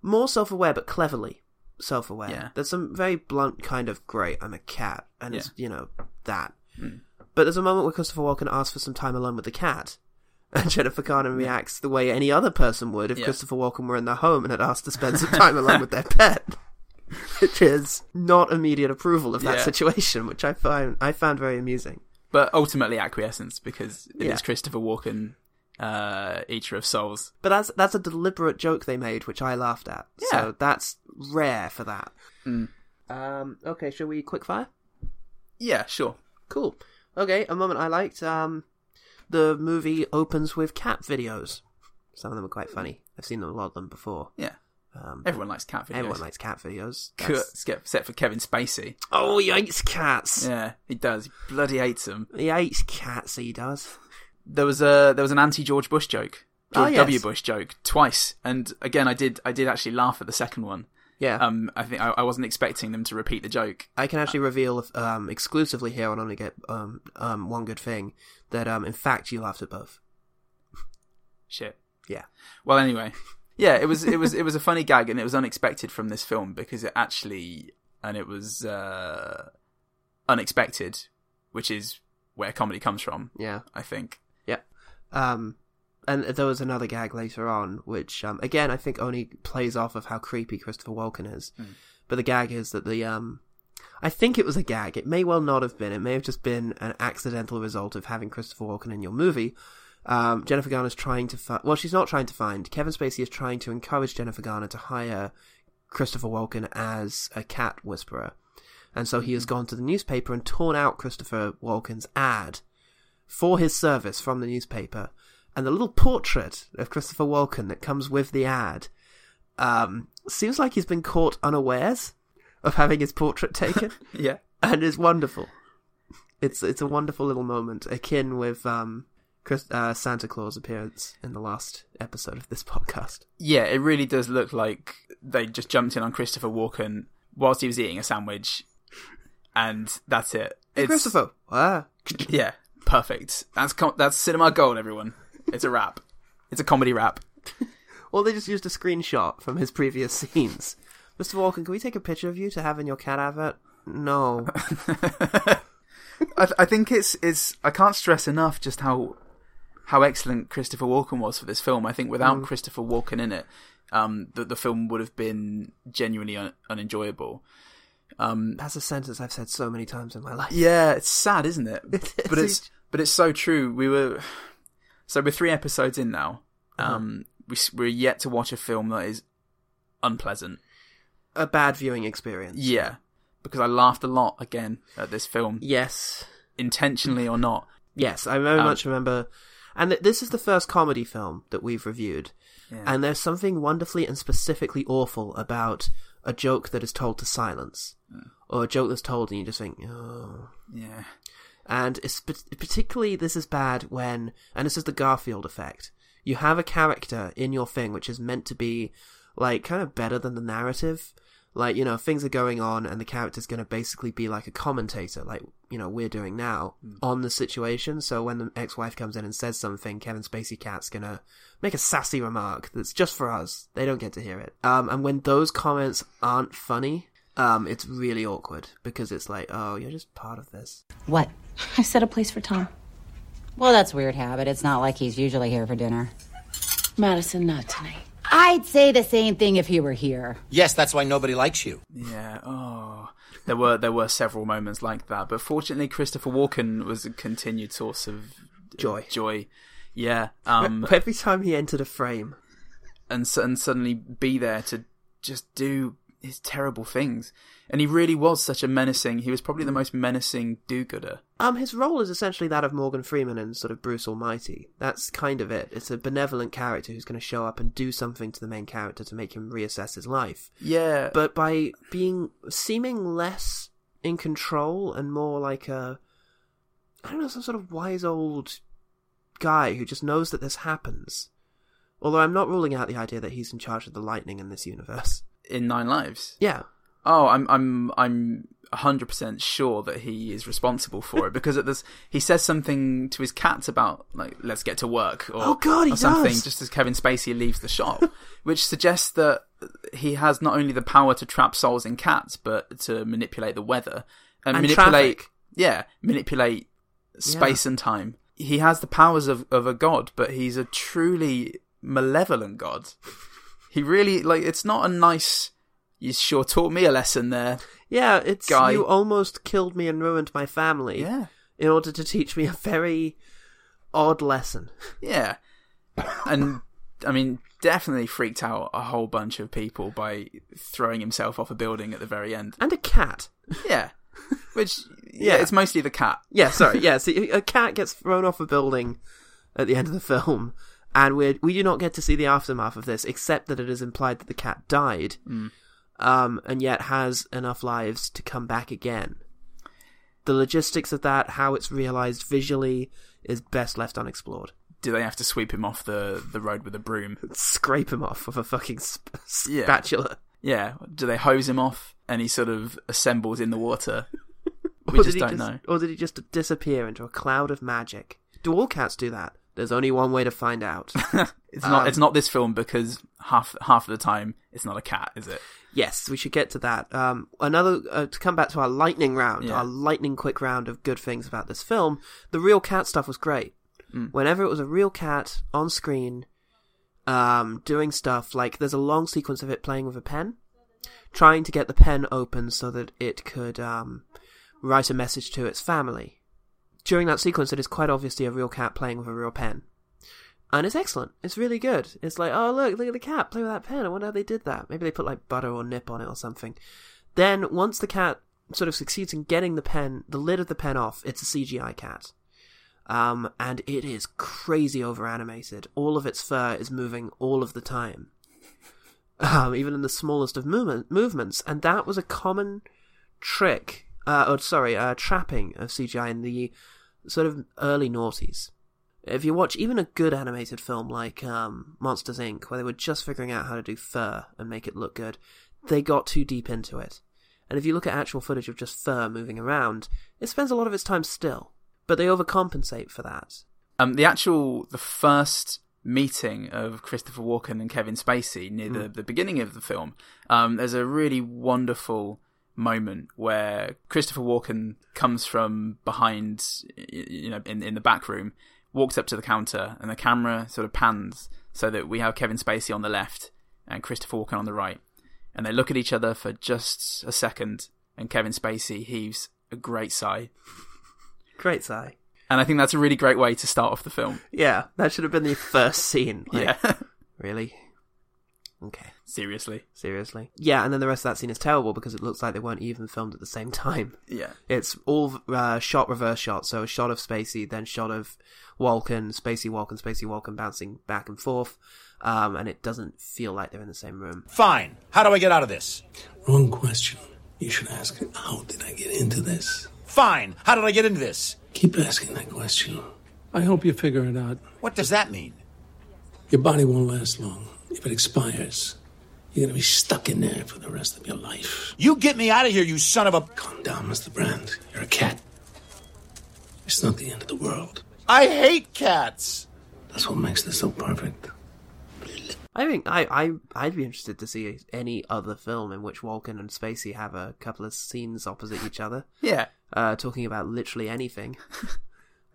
[SPEAKER 2] more self aware, but cleverly self aware.
[SPEAKER 3] Yeah.
[SPEAKER 2] There's some very blunt kind of great, I'm a cat, and it's,
[SPEAKER 3] Yeah. Hmm.
[SPEAKER 2] you know, that. But there's a moment where Christopher Walken asks for some time alone with the cat. And Jennifer Garner reacts the way any other person would if
[SPEAKER 3] Yeah.
[SPEAKER 2] Christopher Walken were in their home and had asked to spend some time alone with their pet, which is not immediate approval of that
[SPEAKER 3] Yeah.
[SPEAKER 2] situation, which I find I found very amusing.
[SPEAKER 3] But ultimately acquiescence because it is
[SPEAKER 2] Yeah.
[SPEAKER 3] Christopher Walken, uh, Eater of Souls.
[SPEAKER 2] But that's that's a deliberate joke they made, which I laughed at.
[SPEAKER 3] Yeah. Mm.
[SPEAKER 2] So that's rare for that. Um, okay, shall we quick fire?
[SPEAKER 3] Yeah, sure.
[SPEAKER 2] Cool. Okay, a moment I liked. Um, the movie opens with cat videos. Some of them are quite funny. I've seen a lot of them before.
[SPEAKER 3] Yeah.
[SPEAKER 2] Um,
[SPEAKER 3] Everyone likes cat videos.
[SPEAKER 2] everyone likes cat videos.
[SPEAKER 3] Cu-
[SPEAKER 2] That's-
[SPEAKER 3] except except for Kevin Spacey.
[SPEAKER 2] Oh, he hates cats.
[SPEAKER 3] Yeah, he does. He bloody hates them.
[SPEAKER 2] He hates cats. He does.
[SPEAKER 3] There was a there was an anti George Bush joke,
[SPEAKER 2] Oh,
[SPEAKER 3] George W
[SPEAKER 2] yes.
[SPEAKER 3] Bush joke twice, and again I did I did actually laugh at the second one.
[SPEAKER 2] Yeah.
[SPEAKER 3] Um, uh, I think I, I wasn't expecting them to repeat the joke.
[SPEAKER 2] I can actually reveal um, exclusively here on Only Get um, um, One Good Thing that um, in fact you laughed at both.
[SPEAKER 3] Shit.
[SPEAKER 2] Yeah.
[SPEAKER 3] Well, anyway, yeah, it was it was it was a funny gag, and it was unexpected from this film because it actually and it was uh, unexpected, which is where comedy comes from,
[SPEAKER 2] Yeah.
[SPEAKER 3] I think.
[SPEAKER 2] Yep. Um, and there was another gag later on, which um, again I think only plays off of how creepy Christopher Walken is. But the gag is that the um, I think it was a gag. It may well not have been. It may have just been an accidental result of having Christopher Walken in your movie. Um, Jennifer Garner's trying to find. Well, she's not trying to find. Kevin Spacey is trying to encourage Jennifer Garner to hire Christopher Walken as a cat whisperer. And so he has gone to the newspaper and torn out Christopher Walken's ad for his service from the newspaper, and the little portrait of Christopher Walken that comes with the ad um, seems like he's been caught unawares of having his portrait taken,
[SPEAKER 3] Yeah.
[SPEAKER 2] and is wonderful. It's it's a wonderful little moment, akin with um, Chris, uh, Santa Claus appearance in the last episode of this podcast.
[SPEAKER 3] Yeah, it really does look like they just jumped in on Christopher Walken whilst he was eating a sandwich, and that's it. It's,
[SPEAKER 2] Christopher, ah,
[SPEAKER 3] Yeah, perfect. That's com- that's cinema gold, everyone. It's a rap. It's a comedy rap.
[SPEAKER 2] Or they just used a screenshot from his previous scenes. Mr. Walken, can we take a picture of you to have in your cat advert? No.
[SPEAKER 3] I, th- I think it's it's I can't stress enough just how how excellent Christopher Walken was for this film. I think without Christopher Walken in it, um, the the film would have been genuinely un- unenjoyable.
[SPEAKER 2] That's a sentence I've said so many times in my life.
[SPEAKER 3] Yeah, it's sad, isn't it?
[SPEAKER 2] It is.
[SPEAKER 3] but it's but it's so true. We were so we're three episodes in now. Um, we s- we're yet to watch a film that is unpleasant.
[SPEAKER 2] A bad viewing experience.
[SPEAKER 3] Yeah, because I laughed a lot again at this film,
[SPEAKER 2] Yes.
[SPEAKER 3] intentionally or not.
[SPEAKER 2] Yes, I very
[SPEAKER 3] Um,
[SPEAKER 2] much remember. And th- this is the first comedy film that we've reviewed.
[SPEAKER 3] Yeah.
[SPEAKER 2] And there's something wonderfully and specifically awful about a joke that is told to silence.
[SPEAKER 3] Hmm.
[SPEAKER 2] Or a joke that's told and you just think, oh.
[SPEAKER 3] Yeah,
[SPEAKER 2] And it's, pat- particularly, this is bad when, and this is the Garfield effect. You have a character in your thing which is meant to be like kind of better than the narrative. Like, you know, things are going on and the character's going to basically be like a commentator, like, you know, we're doing now on the situation. So when the ex-wife comes in and says something, Kevin Spacey Cat's going to make a sassy remark that's just for us. They don't get to hear it. Um, and when those comments aren't funny, um, it's really awkward because it's like, oh, you're just part of this.
[SPEAKER 6] What?
[SPEAKER 7] I set a place for Tom.
[SPEAKER 6] Well, that's weird habit. It's not like he's usually here for dinner.
[SPEAKER 7] Madison, not tonight.
[SPEAKER 6] I'd say the same thing if he were here.
[SPEAKER 8] Yes, that's why nobody likes you.
[SPEAKER 3] Yeah. Oh, there were there were several moments like that, but fortunately, Christopher Walken was a continued source of uh,
[SPEAKER 2] Joy.
[SPEAKER 3] Joy. Yeah. Um.
[SPEAKER 2] Every time he entered a frame,
[SPEAKER 3] and su- and suddenly be there to just do his terrible things, and he really was such a menacing. He was probably the most menacing do-gooder.
[SPEAKER 2] Um, his role is essentially that of Morgan Freeman in sort of Bruce Almighty. That's kind of it. It's a benevolent character who's going to show up and do something to the main character to make him reassess his life.
[SPEAKER 3] Yeah.
[SPEAKER 2] But
[SPEAKER 3] But
[SPEAKER 2] by being seeming less in control and more like a, I don't know, some sort of wise old guy who just knows that this happens. Although I'm not ruling out the idea that he's in charge of the lightning in this universe.
[SPEAKER 3] in Nine Lives.
[SPEAKER 2] Yeah,
[SPEAKER 3] Oh, I'm I'm I'm hundred percent sure that he is responsible for it because at this he says something to his cat about like let's get to work or
[SPEAKER 2] Oh, God, he
[SPEAKER 3] or something
[SPEAKER 2] does.
[SPEAKER 3] just as Kevin Spacey leaves the shop, which suggests that he has not only the power to trap souls in cats but to manipulate the weather and,
[SPEAKER 2] And
[SPEAKER 3] manipulate
[SPEAKER 2] traffic.
[SPEAKER 3] yeah manipulate space and time. He has the powers of of a god, but he's a truly malevolent god. He really like it's not a nice. You sure taught me a lesson there.
[SPEAKER 2] yeah. It's
[SPEAKER 3] Guy.
[SPEAKER 2] you almost killed me and ruined my family. in order to teach me a very odd lesson.
[SPEAKER 3] Yeah. And I mean, definitely freaked out a whole bunch of people by throwing himself off a building at the very end.
[SPEAKER 2] And a cat.
[SPEAKER 3] Yeah. Which yeah,
[SPEAKER 2] Yeah.
[SPEAKER 3] it's mostly the cat.
[SPEAKER 2] Yeah, sorry. Yeah, see, a cat gets thrown off a building at the end of the film, and we we do not get to see the aftermath of this, except that it is implied that the cat died, um, and yet has enough lives to come back again. The logistics of that, how it's realized visually, is best left unexplored.
[SPEAKER 3] Do they have to sweep him off the, the road with a broom?
[SPEAKER 2] Scrape him off with a fucking sp-
[SPEAKER 3] Yeah.
[SPEAKER 2] spatula.
[SPEAKER 3] Yeah. Do they hose him off and he sort of assembles in the water? We
[SPEAKER 2] Or did
[SPEAKER 3] just
[SPEAKER 2] he
[SPEAKER 3] don't know.
[SPEAKER 2] Or did he just disappear into a cloud of magic? Do all cats do that? There's only one way to find out.
[SPEAKER 3] It's not
[SPEAKER 2] Um,
[SPEAKER 3] it's not this film because half half of the time it's not a cat, is it?
[SPEAKER 2] yes, we should get to that. Um, another uh, to come back to our lightning round,
[SPEAKER 3] Yeah.
[SPEAKER 2] our lightning quick round of good things about this film. The real cat stuff was great. Whenever it was a real cat on screen, um, doing stuff like there's a long sequence of it playing with a pen, trying to get the pen open so that it could um, write a message to its family. During that sequence, it is quite obviously a real cat playing with a real pen. And it's excellent. It's really good. It's like, oh, look, look at the cat, play with that pen. I wonder how they did that. Maybe they put like butter or nip on it or something. Then, once the cat sort of succeeds in getting the pen, the lid of the pen off, it's a CGI cat. Um, and it is crazy over animated. All of its fur is moving all of the time. Um, even in the smallest of movement, movements. And that was a common trick, uh, or sorry, uh, trapping of CGI in the sort of early noughties. If you watch even a good animated film like um, Monsters Inc., where they were just figuring out how to do fur and make it look good, they got too deep into it. And if you look at actual footage of just fur moving around, it spends a lot of its time still. But they overcompensate for that.
[SPEAKER 3] Um, the actual the first meeting of Christopher Walken and Kevin Spacey near the, the beginning of the film, um, there's a really wonderful moment where Christopher Walken comes from behind, y- y- you know, in in the back room, walks up to the counter, and the camera sort of pans so that we have Kevin Spacey on the left and Christopher Walken on the right, and they look at each other for just a second, and Kevin Spacey heaves a great sigh,
[SPEAKER 2] Great sigh.
[SPEAKER 3] and I think that's a really great way to start off the film.
[SPEAKER 2] Yeah, that should have been the first scene. Like,
[SPEAKER 3] Yeah.
[SPEAKER 2] Really? Okay.
[SPEAKER 3] Seriously.
[SPEAKER 2] Seriously? Yeah, and then the rest of that scene is terrible because it looks like they weren't even filmed at the same time.
[SPEAKER 3] Yeah.
[SPEAKER 2] It's all uh, shot reverse shot, so a shot of Spacey, then shot of Walken, Spacey Walken, Spacey Walken bouncing back and forth, um, and it doesn't feel like they're in the same room.
[SPEAKER 8] Fine. How do I get out of this?
[SPEAKER 9] Wrong question. You should ask, how did I get into this?
[SPEAKER 8] Fine. How did I get into this?
[SPEAKER 9] Keep asking that question. I hope you figure it out.
[SPEAKER 8] What does that mean?
[SPEAKER 9] Your body won't last long if it expires. You're going to be stuck in there for the rest of your life.
[SPEAKER 8] You get me out of here, you son of a.
[SPEAKER 9] Calm down, Mr. Brand. You're a cat. It's not the end of the world.
[SPEAKER 8] I hate cats.
[SPEAKER 9] That's what makes this so perfect.
[SPEAKER 2] I think I, I I'd be interested to see any other film in which Walken and Spacey have a couple of scenes opposite each other,
[SPEAKER 3] Yeah.
[SPEAKER 2] uh, talking about literally anything.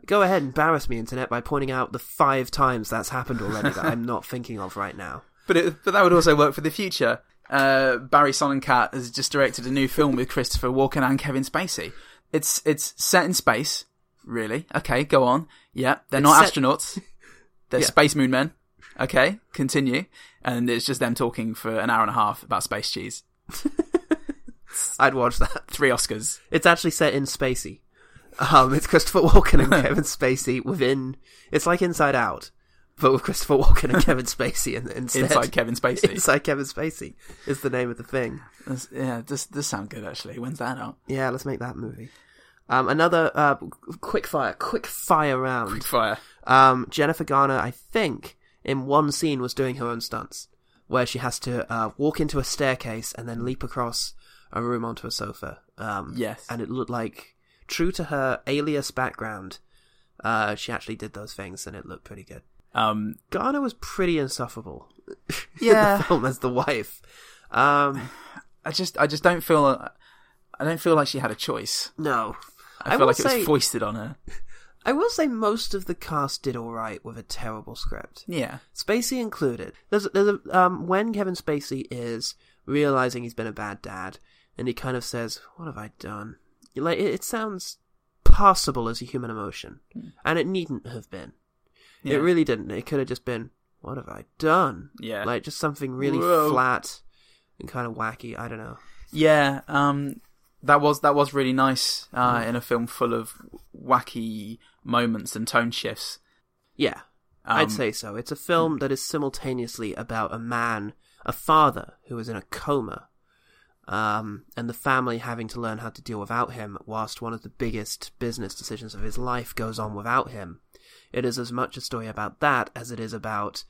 [SPEAKER 2] Go ahead, embarrass me, internet, by pointing out the five times that's happened already that I'm not thinking of right now.
[SPEAKER 3] But it, but that would also work for the future. Uh, Barry Sonnenkat has just directed a new film with Christopher Walken and Kevin Spacey. It's it's set in space, really. Okay, go on. Yeah, they're
[SPEAKER 2] It's
[SPEAKER 3] not
[SPEAKER 2] set-
[SPEAKER 3] astronauts. They're space moon men. Okay, continue. And it's just them talking for an hour and a half about space cheese.
[SPEAKER 2] I'd watch that.
[SPEAKER 3] Three Oscars.
[SPEAKER 2] It's actually set in Spacey. Um, it's Christopher Walken and Kevin Spacey within. It's like Inside Out, but with Christopher Walken and Kevin Spacey in, instead.
[SPEAKER 3] Inside Kevin Spacey.
[SPEAKER 2] Inside Kevin Spacey is the name of the thing.
[SPEAKER 3] That's- yeah, this this sound good actually. When's that out?
[SPEAKER 2] Yeah, let's make that movie. Um, another uh, quick fire, quick fire round.
[SPEAKER 3] Fire.
[SPEAKER 2] Um, Jennifer Garner, I think, in one scene was doing her own stunts, where she has to uh, walk into a staircase and then leap across a room onto a sofa. Um,
[SPEAKER 3] Yes.
[SPEAKER 2] and it looked like true to her alias background. Uh, she actually did those things, and it looked pretty good.
[SPEAKER 3] Um,
[SPEAKER 2] Garner was pretty insufferable. in
[SPEAKER 3] Yeah.
[SPEAKER 2] the film as the wife. Um,
[SPEAKER 3] I just I just don't feel I don't feel like she had a choice.
[SPEAKER 2] no,
[SPEAKER 3] I, feel
[SPEAKER 2] will
[SPEAKER 3] like it
[SPEAKER 2] say-
[SPEAKER 3] was foisted on her.
[SPEAKER 2] I will say most of the cast did all right with a terrible script,
[SPEAKER 3] Yeah.
[SPEAKER 2] Spacey included. There's there's a um when Kevin Spacey is realizing he's been a bad dad, and he kind of says, "What have I done?" Like it, it sounds passable as a human emotion, and it needn't have been.
[SPEAKER 3] Hmm. yeah.
[SPEAKER 2] It really didn't. It could have just been, "What have I done?"
[SPEAKER 3] Yeah.
[SPEAKER 2] like just something really
[SPEAKER 3] Whoa.
[SPEAKER 2] flat and kind of wacky. I don't know.
[SPEAKER 3] Yeah, um, that was that was really nice uh, in a film full of wacky moments and tone shifts.
[SPEAKER 2] Yeah,
[SPEAKER 3] Um,
[SPEAKER 2] I'd say so. It's a film that is simultaneously about a man, a father who is in a coma, um, and the family having to learn how to deal without him, whilst one of the biggest business decisions of his life goes on without him. It is as much a story about that as it is about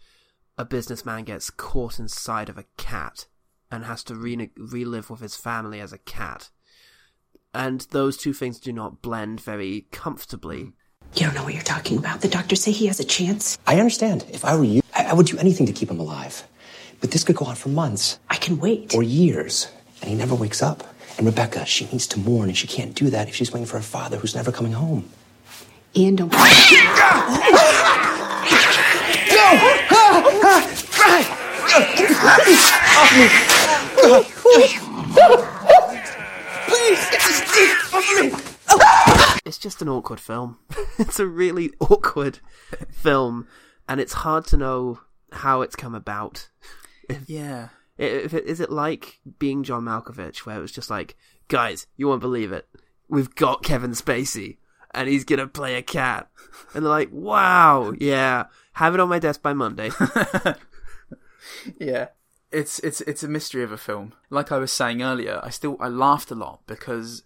[SPEAKER 2] a businessman gets caught inside of a cat and has to re- relive with his family as a cat. And those two things do not blend very comfortably.
[SPEAKER 7] You don't know what you're talking about. The doctors say he has a chance.
[SPEAKER 10] I understand. If I were you, I, I would do anything to keep him alive. But this could go on for months
[SPEAKER 7] I can wait.
[SPEAKER 10] or years, and he never wakes up. And Rebecca, she needs to mourn, and she can't do that if she's waiting for her father who's never coming home.
[SPEAKER 7] Ian, don't.
[SPEAKER 2] it's just an awkward film. it's a really awkward film, and it's hard to know how it's come about.
[SPEAKER 3] Yeah,
[SPEAKER 2] I- If it, is it like being John Malkovich, where it was just like, guys, you won't believe it, we've got Kevin Spacey, and he's gonna play a cat, and they're like, wow, yeah, have it on my desk by Monday.
[SPEAKER 3] yeah. It's it's it's a mystery of a film. Like I was saying earlier, I still I laughed a lot because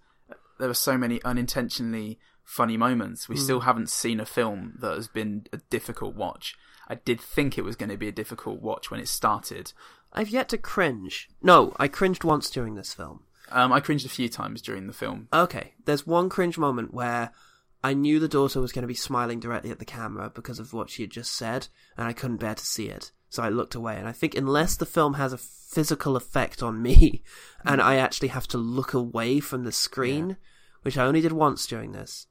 [SPEAKER 3] there were so many unintentionally funny moments. We still haven't seen a film that has been a difficult watch. I did think it was going to be a difficult watch when it started.
[SPEAKER 2] I've yet to cringe. No, I cringed once during this film.
[SPEAKER 3] Um, I cringed a few times during the film.
[SPEAKER 2] Okay, there's one cringe moment where I knew the daughter was going to be smiling directly at the camera because of what she had just said, and I couldn't bear to see it. So I looked away, and I think unless the film has a physical effect on me, and I actually have to look away from the screen, which I only did once during this,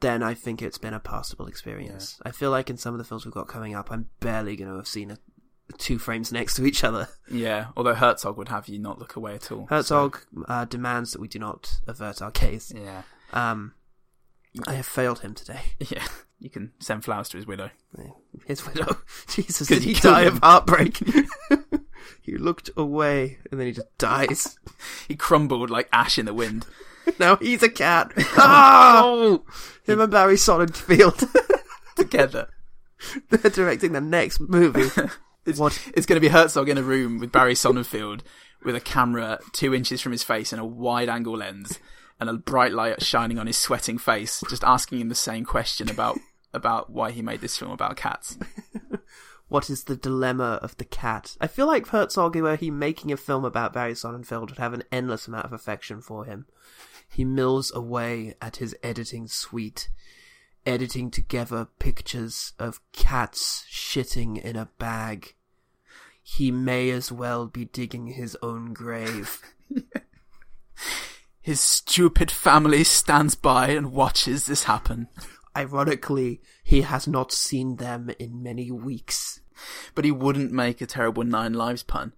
[SPEAKER 2] then I think it's been a passable experience. I feel like in some of the films we've got coming up, I'm barely going to have seen a, two frames next to each other.
[SPEAKER 3] Yeah, although Herzog would have you not look away at all.
[SPEAKER 2] Herzog uh, demands that we do not avert our gaze.
[SPEAKER 3] Yeah.
[SPEAKER 2] Um, I have failed him today.
[SPEAKER 3] Yeah, you can send flowers to his widow.
[SPEAKER 2] His widow. Jesus,
[SPEAKER 3] 'Cause
[SPEAKER 2] did
[SPEAKER 3] you
[SPEAKER 2] he
[SPEAKER 3] killed
[SPEAKER 2] die of
[SPEAKER 3] him.
[SPEAKER 2] heartbreak? he looked away and then he just dies.
[SPEAKER 3] He crumbled like ash in the wind.
[SPEAKER 2] now he's a cat. oh! Him and Barry Sonnenfeld.
[SPEAKER 3] Together,
[SPEAKER 2] They're directing the next movie.
[SPEAKER 3] it's,
[SPEAKER 2] What?
[SPEAKER 3] it's going to be Herzog in a room with Barry Sonnenfeld, with a camera two inches from his face and a wide-angle lens, and a bright light shining on his sweating face, just asking him the same question about about why he made this film about cats.
[SPEAKER 2] what is the dilemma of the cat? I feel like Herzog, were he making a film about Barry Sonnenfeld, would have an endless amount of affection for him. He mills away at his editing suite, editing together pictures of cats shitting in a bag. He may as well be digging his own grave.
[SPEAKER 3] His stupid family stands by and watches this happen.
[SPEAKER 2] Ironically, he has not seen them in many weeks.
[SPEAKER 3] But he wouldn't make a terrible Nine Lives pun,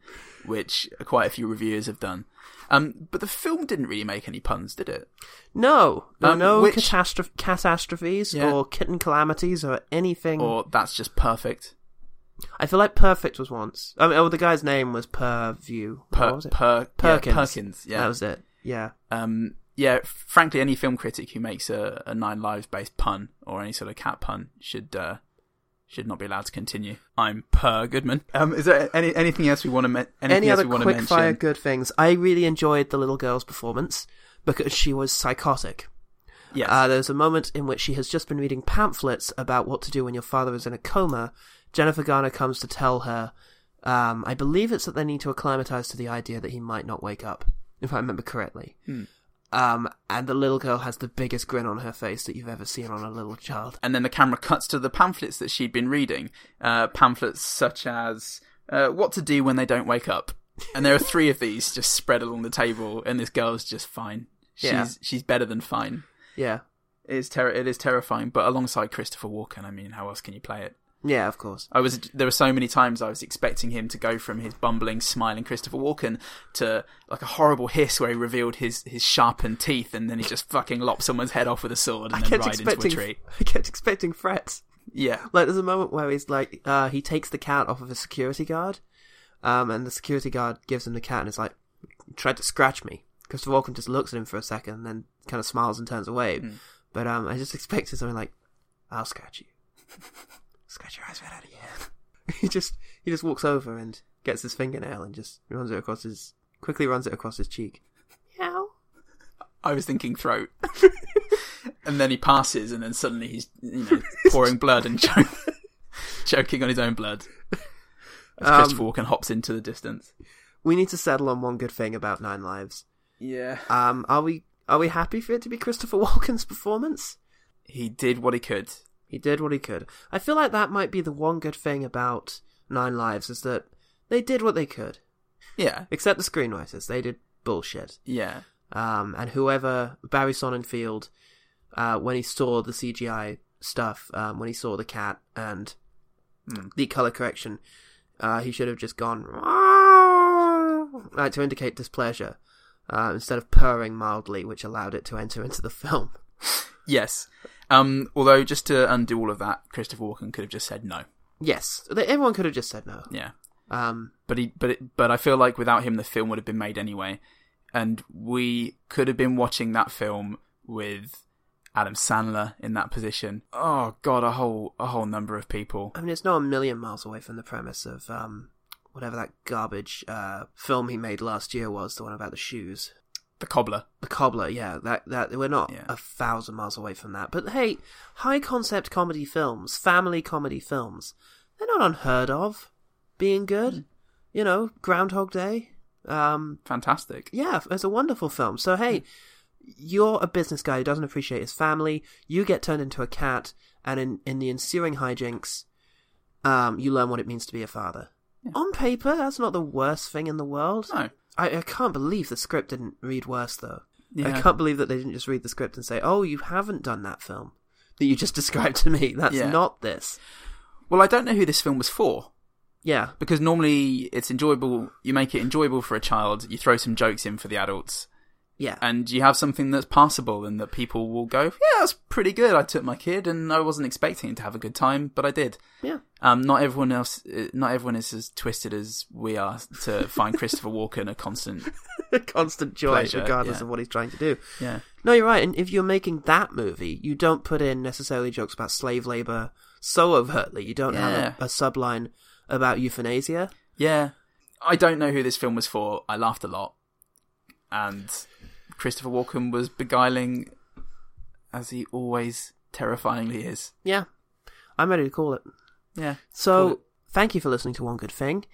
[SPEAKER 3] which quite a few reviewers have done. Um, but the film didn't really make any puns, did it?
[SPEAKER 2] No, no,
[SPEAKER 3] Um,
[SPEAKER 2] no
[SPEAKER 3] which-
[SPEAKER 2] catastrophe, catastrophes
[SPEAKER 3] Yeah.
[SPEAKER 2] or kitten calamities or anything.
[SPEAKER 3] Or that's just perfect.
[SPEAKER 2] I feel like Perfect was once. I mean, oh, the guy's name was Purview.
[SPEAKER 3] Per-
[SPEAKER 2] What was it?
[SPEAKER 3] Per- yeah,
[SPEAKER 2] Perkins.
[SPEAKER 3] Perkins, yeah.
[SPEAKER 2] that was it. Yeah,
[SPEAKER 3] Um, yeah, frankly, any film critic who makes a, a Nine Lives based pun or any sort of cat pun should uh, should not be allowed to continue. I'm Per Goodman. Um, is there any anything else we want to men- anything
[SPEAKER 2] any
[SPEAKER 3] else
[SPEAKER 2] other
[SPEAKER 3] we want
[SPEAKER 2] quick
[SPEAKER 3] to mention?
[SPEAKER 2] fire good things? I really enjoyed the little girl's performance because she was psychotic.
[SPEAKER 3] Yes.
[SPEAKER 2] Uh, there's a moment in which she has just been reading pamphlets about what to do when your father is in a coma. Jennifer Garner comes to tell her, um, I believe it's that they need to acclimatize to the idea that he might not wake up, if I remember correctly. Um, and the little girl has the biggest grin on her face that you've ever seen on a little child.
[SPEAKER 3] and then the camera cuts to the pamphlets that she'd been reading. Uh, pamphlets such as uh, "What to Do When They Don't Wake Up," and there are three of these just spread along the table. And this girl's just fine. She's
[SPEAKER 2] Yeah.
[SPEAKER 3] she's better than fine.
[SPEAKER 2] Yeah.
[SPEAKER 3] It is ter- it is terrifying, but alongside Christopher Walken, I mean, how else can you play it?
[SPEAKER 2] Yeah, of course.
[SPEAKER 3] I was there were so many times I was expecting him to go from his bumbling, smiling Christopher Walken to like a horrible hiss where he revealed his his sharpened teeth, and then he just fucking lops someone's head off with a sword and
[SPEAKER 2] I
[SPEAKER 3] then
[SPEAKER 2] kept
[SPEAKER 3] ride
[SPEAKER 2] expecting,
[SPEAKER 3] into a tree.
[SPEAKER 2] I kept expecting frets.
[SPEAKER 3] Yeah,
[SPEAKER 2] Like, there's a moment where he's like, uh, he takes the cat off of a security guard, um, and the security guard gives him the cat and is like, "You tried to scratch me. Christopher Walken just looks at him for a second and then kind of smiles and turns away.
[SPEAKER 3] Hmm.
[SPEAKER 2] But, um, I just expected something like, I'll scratch you. scratch your eyes right out of your head. he just, he just walks over and gets his fingernail and just runs it across his, quickly runs it across his cheek. Meow.
[SPEAKER 3] I was thinking throat. and then he passes, and then suddenly he's you know pouring blood and cho- choking on his own blood. As Christopher Walken hops into the distance.
[SPEAKER 2] We need to settle on one good thing about Nine Lives.
[SPEAKER 3] Yeah,
[SPEAKER 2] Um, are we, are we happy for it to be Christopher Walken's performance?
[SPEAKER 3] he did what he could.
[SPEAKER 2] He did what he could. I feel like that might be the one good thing about Nine Lives is that they did what they could.
[SPEAKER 3] Yeah,
[SPEAKER 2] Except the screenwriters, they did bullshit.
[SPEAKER 3] yeah,
[SPEAKER 2] Um, and whoever Barry Sonnenfeld, uh, when he saw the CGI stuff, um, when he saw the cat and the color correction, uh, he should have just gone like to indicate displeasure uh, instead of purring mildly, which allowed it to enter into the film.
[SPEAKER 3] yes. Um, although just to undo all of that, Christopher Walken could have just said no.
[SPEAKER 2] Yes, they- everyone could have just said no.
[SPEAKER 3] Yeah,
[SPEAKER 2] Um,
[SPEAKER 3] but he, but it, but I feel like without him, the film would have been made anyway, and we could have been watching that film with Adam Sandler in that position. Oh God, a whole a whole number of people.
[SPEAKER 2] I mean, it's not a million miles away from the premise of um, whatever that garbage uh, film he made last year was, the one about the shoes,
[SPEAKER 3] The cobbler.
[SPEAKER 2] the cobbler. Yeah, that that we're not
[SPEAKER 3] Yeah.
[SPEAKER 2] a thousand miles away from that. But hey, high concept comedy films, family comedy films, they're not unheard of being good. You know, Groundhog Day. Um,
[SPEAKER 3] Fantastic.
[SPEAKER 2] yeah, it's a wonderful film. So hey,
[SPEAKER 3] Hmm.
[SPEAKER 2] you're a business guy who doesn't appreciate his family. You get turned into a cat, and in in the ensuing hijinks, um, you learn what it means to be a father. On paper, that's not the worst thing in the world.
[SPEAKER 3] No.
[SPEAKER 2] I, I can't believe the script didn't read worse though. I
[SPEAKER 3] Yeah.
[SPEAKER 2] can't believe that they didn't just read the script and say, "Oh, you haven't done that film that you just described to me. That's
[SPEAKER 3] Yeah.
[SPEAKER 2] not this."
[SPEAKER 3] Well, I don't know who this film was for
[SPEAKER 2] Yeah,
[SPEAKER 3] because normally it's enjoyable. You make it enjoyable for a child. You throw some jokes in for the adults,
[SPEAKER 2] yeah.
[SPEAKER 3] and you have something that's passable and that people will go, "Yeah, that's pretty good." I took my kid, and I wasn't expecting to have a good time, but I did.
[SPEAKER 2] yeah.
[SPEAKER 3] Um, not everyone else, uh, not everyone is as twisted as we are to find Christopher Walken a constant.
[SPEAKER 2] constant joy,
[SPEAKER 3] Pleasure,
[SPEAKER 2] regardless
[SPEAKER 3] yeah.
[SPEAKER 2] of what he's trying to do.
[SPEAKER 3] Yeah.
[SPEAKER 2] No, you're right. And if you're making that movie, you don't put in necessarily jokes about slave labor so overtly. You don't
[SPEAKER 3] Yeah.
[SPEAKER 2] have a, a subline about euthanasia.
[SPEAKER 3] Yeah, I don't know who this film was for. I laughed a lot, and Christopher Walken was beguiling, as he always terrifyingly is.
[SPEAKER 2] Yeah, I'm ready to call it.
[SPEAKER 3] Yeah.
[SPEAKER 2] So
[SPEAKER 3] Call it.
[SPEAKER 2] Thank you for listening to One Good Thing.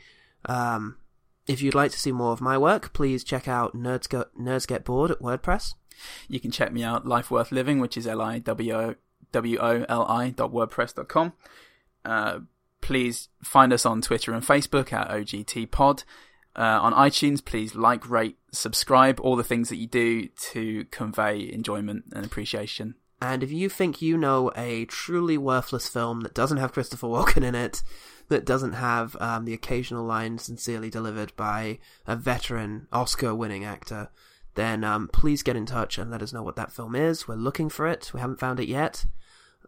[SPEAKER 2] Um, if you'd like to see more of my work, please check out Nerds, Go- Nerds Get Bored at WordPress.
[SPEAKER 3] You can check me out, Life Worth Living, which is L I W O W O L I dot wordpress.com. Uh, please find us on Twitter and Facebook at OGT Pod. Uh, on iTunes, please like, rate, subscribe, all the things that you do to convey enjoyment and appreciation.
[SPEAKER 2] And if you think you know a truly worthless film that doesn't have Christopher Walken in it, that doesn't have um, the occasional line sincerely delivered by a veteran Oscar winning actor, then um, please get in touch and let us know what that film is. We're looking for it, we haven't found it yet.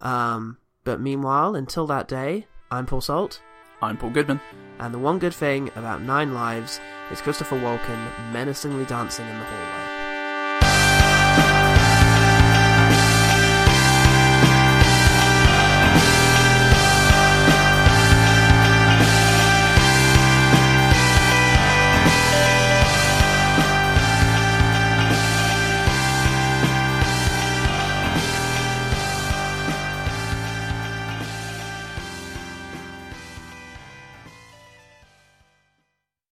[SPEAKER 2] Um, but meanwhile, until that day, I'm Paul Salt,
[SPEAKER 3] I'm Paul Goodman.
[SPEAKER 2] and the one good thing about Nine Lives is Christopher Walken menacingly dancing in the hallway.